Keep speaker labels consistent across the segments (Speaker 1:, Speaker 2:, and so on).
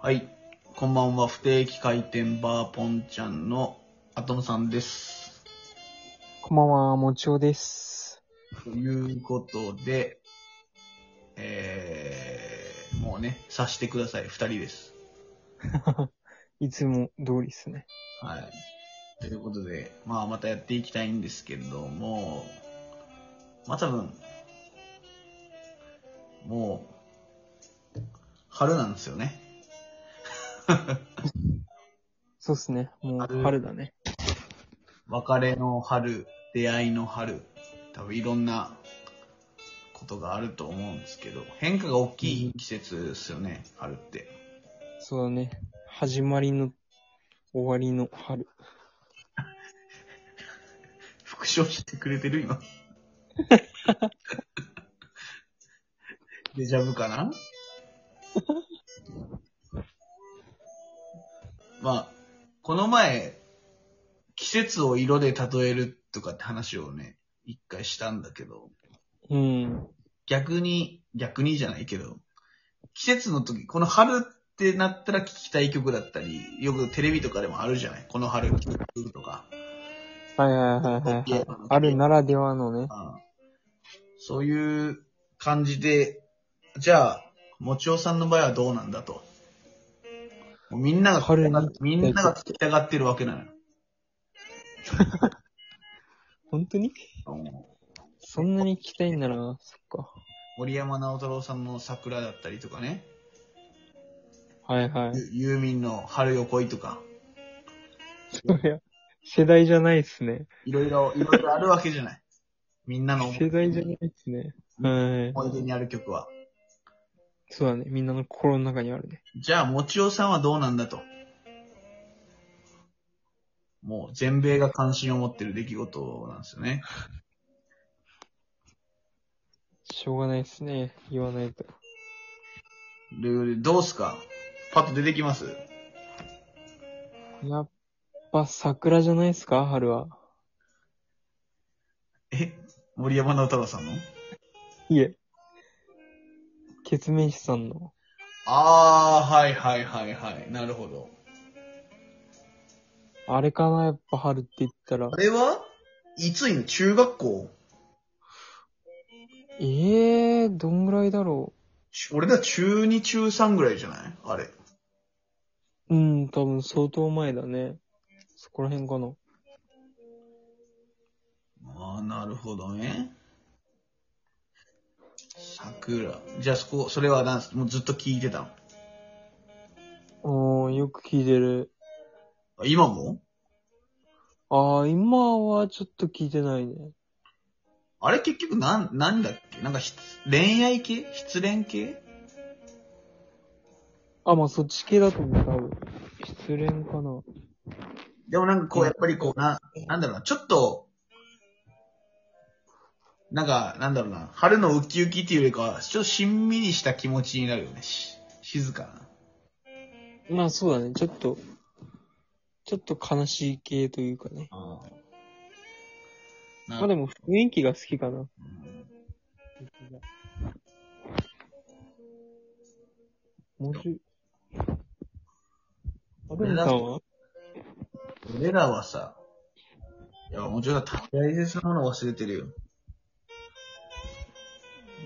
Speaker 1: はい。こんばんは、不定期回転バーポンちゃんのアトムさんです。
Speaker 2: こんばんは、もちおです。
Speaker 1: ということで、えー、もうね、察してください。二人です。
Speaker 2: いつも通りですね。
Speaker 1: はい。ということで、まあ、またやっていきたいんですけども、まあ、多分、もう、春なんですよね。
Speaker 2: そうっすね。もう
Speaker 1: 春
Speaker 2: 春だね。
Speaker 1: 別れの春、出会いの春、多分いろんなことがあると思うんですけど、変化が大きい季節ですよね、春って。
Speaker 2: そうだね。始まりの終わりの春。
Speaker 1: 復唱してくれてる今。 デジャブかなまあ、この前、季節を色で例えるとかって話をね、一回したんだけど、
Speaker 2: うん。
Speaker 1: 逆に、逆にじゃないけど、季節の時、この春ってなったら聴きたい曲だったり、よくテレビとかでもあるじゃないこの春聴く曲とか。
Speaker 2: はいはいはいはいはい。あるならではのね。
Speaker 1: うんそういう感じで、じゃあ、もちおさんの場合はどうなんだと。もうみんなが聞
Speaker 2: 春
Speaker 1: きたが
Speaker 2: に、
Speaker 1: みんなが聞きたがってるわけなのよ
Speaker 2: 本当に。そんなに聞きたいんだな。そっか。
Speaker 1: 森山直太朗さんの桜だったりとかね、
Speaker 2: はいはい。
Speaker 1: ユユーミンの春よ来いとか、
Speaker 2: そりゃ、世代じゃないっすね。
Speaker 1: いろいろ、いろいろあるわけじゃない。みんなの思い
Speaker 2: 世代じゃないっすね。はい。
Speaker 1: 思い出にある曲は。
Speaker 2: そうだね。みんなの心の中にあるね。
Speaker 1: じゃあ、もちおさんはどうなんだと。もう、全米が関心を持ってる出来事なんですよね。
Speaker 2: しょうがないっすね。言わないと。
Speaker 1: で、どうすかパッと出てきます
Speaker 2: やっぱ桜じゃないっすか春は。
Speaker 1: え森山直太朗さんの
Speaker 2: いえ。ケツメイシさんの。
Speaker 1: あー、はいはいはいはい。なるほど。
Speaker 2: あれかなやっぱ春って言ったら
Speaker 1: あ。れはいついの中学校
Speaker 2: ええー、どんぐらいだろ
Speaker 1: ち俺ら中2中3ぐらいじゃないあれ。
Speaker 2: う。うん、多分相当前だね。そこら辺かな。
Speaker 1: ああ、なるほどね。桜。じゃあそこ、それはなんすもうずっと聞いてたの
Speaker 2: おー、よく聞いてる。
Speaker 1: あ今も
Speaker 2: あー、今はちょっと聞いてないね。
Speaker 1: あれ結局なん、なんだっけなんかひ恋愛系失恋系
Speaker 2: あ、まあそっち系だと思う、多分。失恋かな。
Speaker 1: でもなんかこう、やっぱりこう、な、なんだろうな、ちょっと、なんか、なんだろうな、春のウキウキっていうよりかは、ちょっとしんみりした気持ちになるよね。し静かな。
Speaker 2: まあそうだね、ちょっと、ちょっと悲しい系というかね。
Speaker 1: な
Speaker 2: まあでも雰囲気が好きかな。もちあ、でもさんは
Speaker 1: 俺らはさ、いや、もちろん大切なもの忘れてるよ。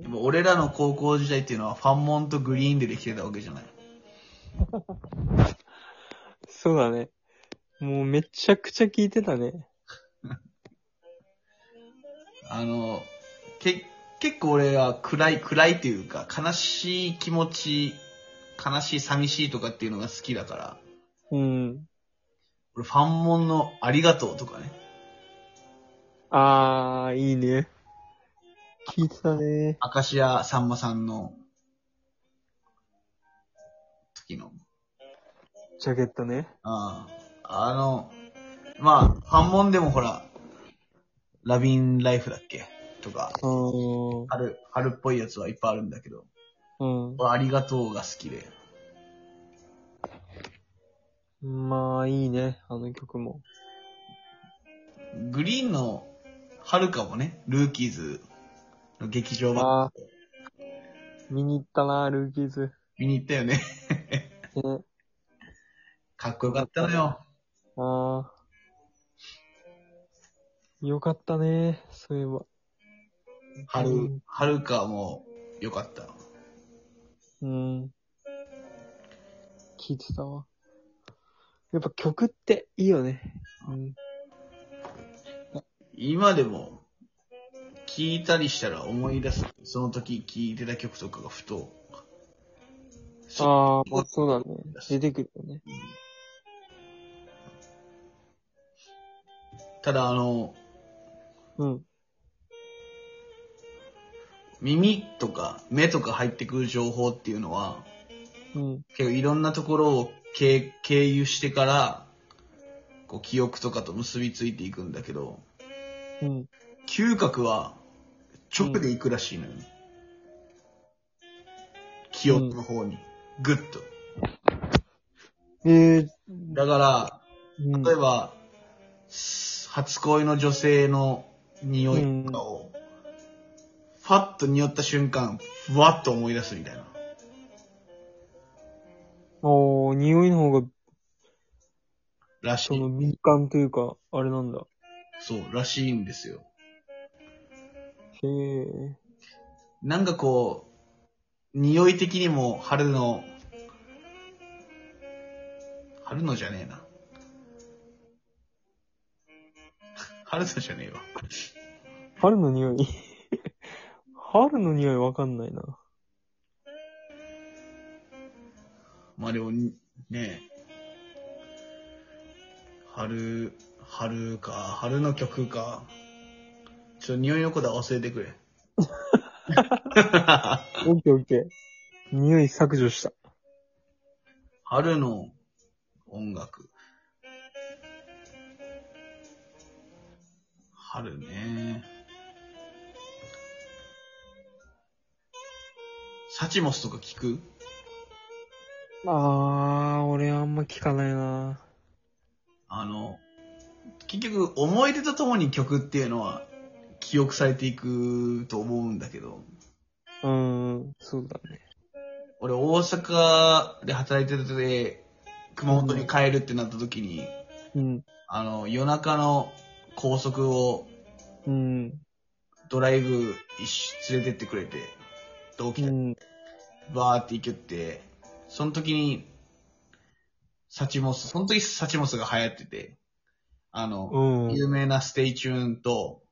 Speaker 1: でも俺らの高校時代っていうのはファンモンとグリーンでできてたわけじゃない。
Speaker 2: そうだね。もうめちゃくちゃ聞いてたね。
Speaker 1: あの、け、結構俺は暗い、暗いというか、悲しい気持ち、悲しい、寂しいとかっていうのが好きだから、
Speaker 2: うん。
Speaker 1: 俺ファンモンのありがとうとかね、
Speaker 2: あー、いいね。聞いてたね。
Speaker 1: 明石家さんまさんの、時の、
Speaker 2: ジャケットね。
Speaker 1: ああ、あの、まあ、ファンモンでもほら、ラビンライフだっけとか、
Speaker 2: あー、
Speaker 1: 春、春っぽいやつはいっぱいあるんだけど、
Speaker 2: うん。
Speaker 1: 俺ありがとうが好きで、
Speaker 2: まあ、いいね。あの曲も。
Speaker 1: グリーンの遥かもね、ルーキーズの劇場版
Speaker 2: あー見に行ったな、ルーキーズ。
Speaker 1: 見に行ったよね。
Speaker 2: ね。
Speaker 1: かっこよかったのよ。
Speaker 2: ああ。よかったね、そういえば。
Speaker 1: 春、春かもよかった。
Speaker 2: うん。聞いてたわ。やっぱ曲っていいよね。うん。
Speaker 1: 今でも、聞いたりしたら思い出す。その時聞いてた曲とかがふと。そう
Speaker 2: ああ、まあそうだね。出てくるよね。
Speaker 1: ただあの、
Speaker 2: うん。
Speaker 1: 耳とか目とか入ってくる情報っていうのは、
Speaker 2: うん。
Speaker 1: 結構いろんなところを経経由してから、こう記憶とかと結びついていくんだけど、
Speaker 2: うん。
Speaker 1: 嗅覚は直で行くらしいのよね。記憶の方に。ぐっと。
Speaker 2: ええ
Speaker 1: だから、
Speaker 2: うん
Speaker 1: 例えば、す初恋の女性の匂いとかを、ファッと匂った瞬間、ふわっと思い出すみたいな。
Speaker 2: おー、匂いの方が、
Speaker 1: らし
Speaker 2: そ
Speaker 1: い。
Speaker 2: の敏感というか、あれなんだ。
Speaker 1: そう、らしいんですよ。
Speaker 2: へえ。
Speaker 1: なんかこう、匂い的にも春の、春のじゃねえな。春のじゃねえわ。
Speaker 2: 春の匂い 春の匂いわかんないな。
Speaker 1: まあでも、にねえ。春、春か、春の曲か。ちょ、匂いのことは忘れてくれ。
Speaker 2: オッケーオッケー。匂い削除した。
Speaker 1: 春の音楽。春ね。サチモスとか聞く
Speaker 2: あー、俺あんま聞かないな。
Speaker 1: あの、結局思い出とともに曲っていうのは記憶されていくと思うんだけど、
Speaker 2: うーん、そうだね。
Speaker 1: 俺大阪で働いてたで、熊本に帰るってなった時に、
Speaker 2: うん。
Speaker 1: あの、夜中の高速を
Speaker 2: うん。
Speaker 1: ドライブ一緒連れてってくれて、同期
Speaker 2: う
Speaker 1: で
Speaker 2: ん。
Speaker 1: バーって行きよって、その時に、サチモス、その時サチモスが流行ってて、あの、
Speaker 2: うん。
Speaker 1: 有名なステイチューンと、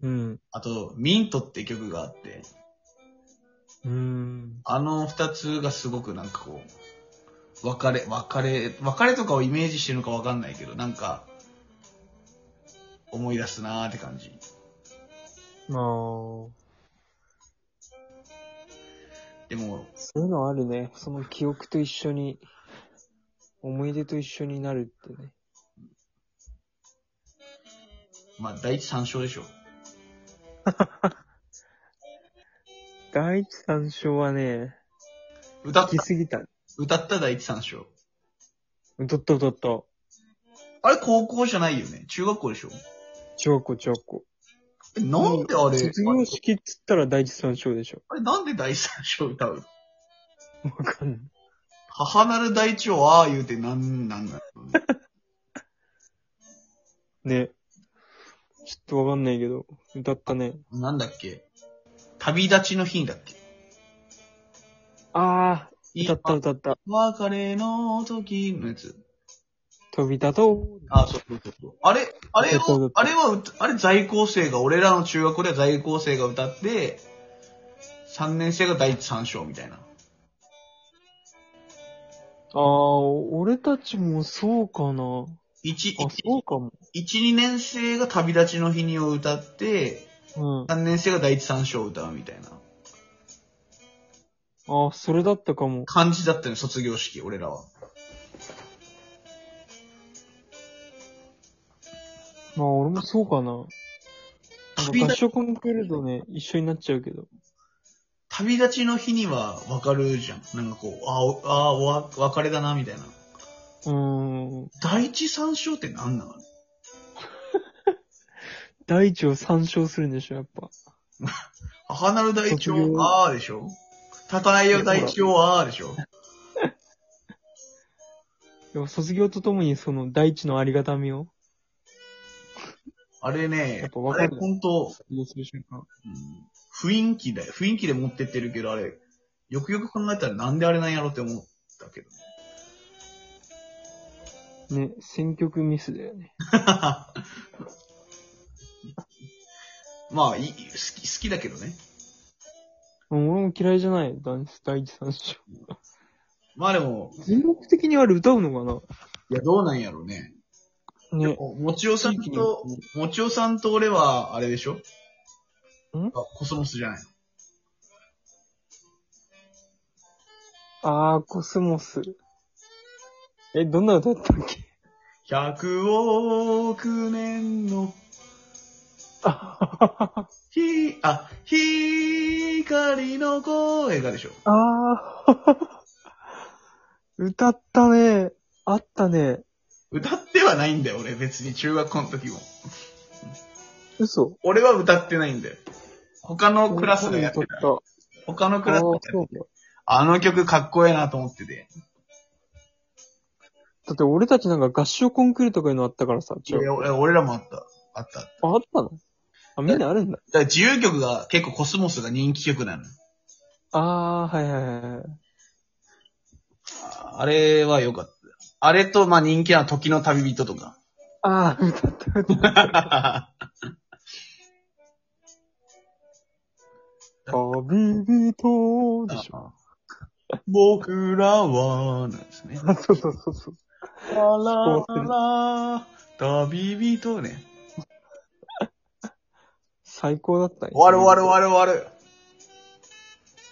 Speaker 2: うん。
Speaker 1: あと、ミントって曲があって、
Speaker 2: うん。
Speaker 1: あの二つがすごくなんかこう、別れ、別れ、別れとかをイメージしてるのかわかんないけど、なんか、思い出すなーって感じ。
Speaker 2: あー。
Speaker 1: でも、
Speaker 2: そういうのあるね。その記憶と一緒に、思い出と一緒になるってね。
Speaker 1: まあ、第一三章でしょ。
Speaker 2: 第一三章はね、
Speaker 1: 歌っ
Speaker 2: 聞き
Speaker 1: た、
Speaker 2: すぎた。
Speaker 1: 歌った第一三章。
Speaker 2: 歌った歌った。
Speaker 1: あれ高校じゃないよね。中学校でしょ。
Speaker 2: 超子超子。
Speaker 1: えなんであれ、
Speaker 2: 卒業式っつったら第一三章でしょ。
Speaker 1: あれなんで第三章歌う
Speaker 2: わかんない。
Speaker 1: 母なる大地をああ言うてなん、なんなの
Speaker 2: ね。ちょっとわかんないけど、歌ったね。
Speaker 1: なんだっけ旅立ちの日だっけ
Speaker 2: ああ、
Speaker 1: いい
Speaker 2: 歌った歌った。
Speaker 1: 別れの時のやつ。
Speaker 2: 飛び立とう。
Speaker 1: あ、そうそうそうそう。あれ、あれ
Speaker 2: そうそうそ
Speaker 1: を
Speaker 2: う、
Speaker 1: あれは歌、あれ在校生が、俺らの中学校では在校生が歌って、3年生が第一三章みたいな。
Speaker 2: ああ、俺たちもそうかな。
Speaker 1: 1、
Speaker 2: あ、そうかも。
Speaker 1: 一2年生が旅立ちの日にを歌って、
Speaker 2: うん。
Speaker 1: 3年生が第一三章を歌うみたいな
Speaker 2: ああ、それだったかも。
Speaker 1: 感じだったよね、卒業式、俺らは。
Speaker 2: まあ、俺もそうかな。なん
Speaker 1: 旅
Speaker 2: か合
Speaker 1: 立ち
Speaker 2: 唱コンクールとね、一緒になっちゃうけど。
Speaker 1: 旅立ちの日にはわかるじゃん。なんかこう、あおあおわ、別れだな、みたいな。
Speaker 2: うーん。
Speaker 1: 第一三章って何なの
Speaker 2: 第一を参照するんでしょ、やっぱ。
Speaker 1: 母なる大地
Speaker 2: 卒
Speaker 1: を
Speaker 2: 業
Speaker 1: ああでしょたたえよ大地をああでしょ
Speaker 2: でも卒業とともにその大地のありがたみを
Speaker 1: あれ
Speaker 2: やっ
Speaker 1: ね、
Speaker 2: ぱわ
Speaker 1: あ
Speaker 2: か
Speaker 1: れ
Speaker 2: る
Speaker 1: 本当、
Speaker 2: 卒業する瞬間。
Speaker 1: うん雰囲気で、雰囲気で持ってってるけど、あれ、よくよく考えたらなんであれなんやろって思ったけど。
Speaker 2: ね、選曲ミスだよね。
Speaker 1: まあ、いい好き、好きだけどね。
Speaker 2: うん俺も嫌いじゃない、ダンス大地さんでしょ。
Speaker 1: まあでも、
Speaker 2: 全国的にあれ歌うのか
Speaker 1: いや、どうなんやろうね。
Speaker 2: なね。
Speaker 1: もちおさん
Speaker 2: 地域によ
Speaker 1: と、もちおさんと俺は、あれでしょ
Speaker 2: ん
Speaker 1: あ、コスモスじゃないの。
Speaker 2: あー、コスモス。え、どんな歌だったっ け
Speaker 1: 100億年の
Speaker 2: あ
Speaker 1: ひ、あ、光の声がでしょ。
Speaker 2: あー、 歌ったね。あったね。
Speaker 1: 歌ってはないんだよ、俺。別に中学校の時も。
Speaker 2: 嘘
Speaker 1: 俺は歌ってないんだよ。他のクラスがやって。
Speaker 2: 撮ったた。
Speaker 1: 他のクラスが
Speaker 2: あ
Speaker 1: や
Speaker 2: あ
Speaker 1: っ、てた
Speaker 2: そうだ。
Speaker 1: あの曲かっこええなと思ってて。
Speaker 2: だって俺たちなんか合唱コンクールとかいうのあったからさ、
Speaker 1: い
Speaker 2: 違う。
Speaker 1: や俺俺らもあった。あった。だか
Speaker 2: ああったのあ、みんなあるんだ。
Speaker 1: ら自由曲が結構コスモスが人気曲なの。
Speaker 2: ああ、はいはいはいはい。
Speaker 1: ああれは良かった。あれと、まあ人気な時の旅人とか。
Speaker 2: ああ、歌った歌 った。旅人でしょ。
Speaker 1: 僕らは、なんです ね。
Speaker 2: あそうそうそうそう。
Speaker 1: あらあら、旅人ね。
Speaker 2: 最高だったね。
Speaker 1: 終わる終わる終わる終わる。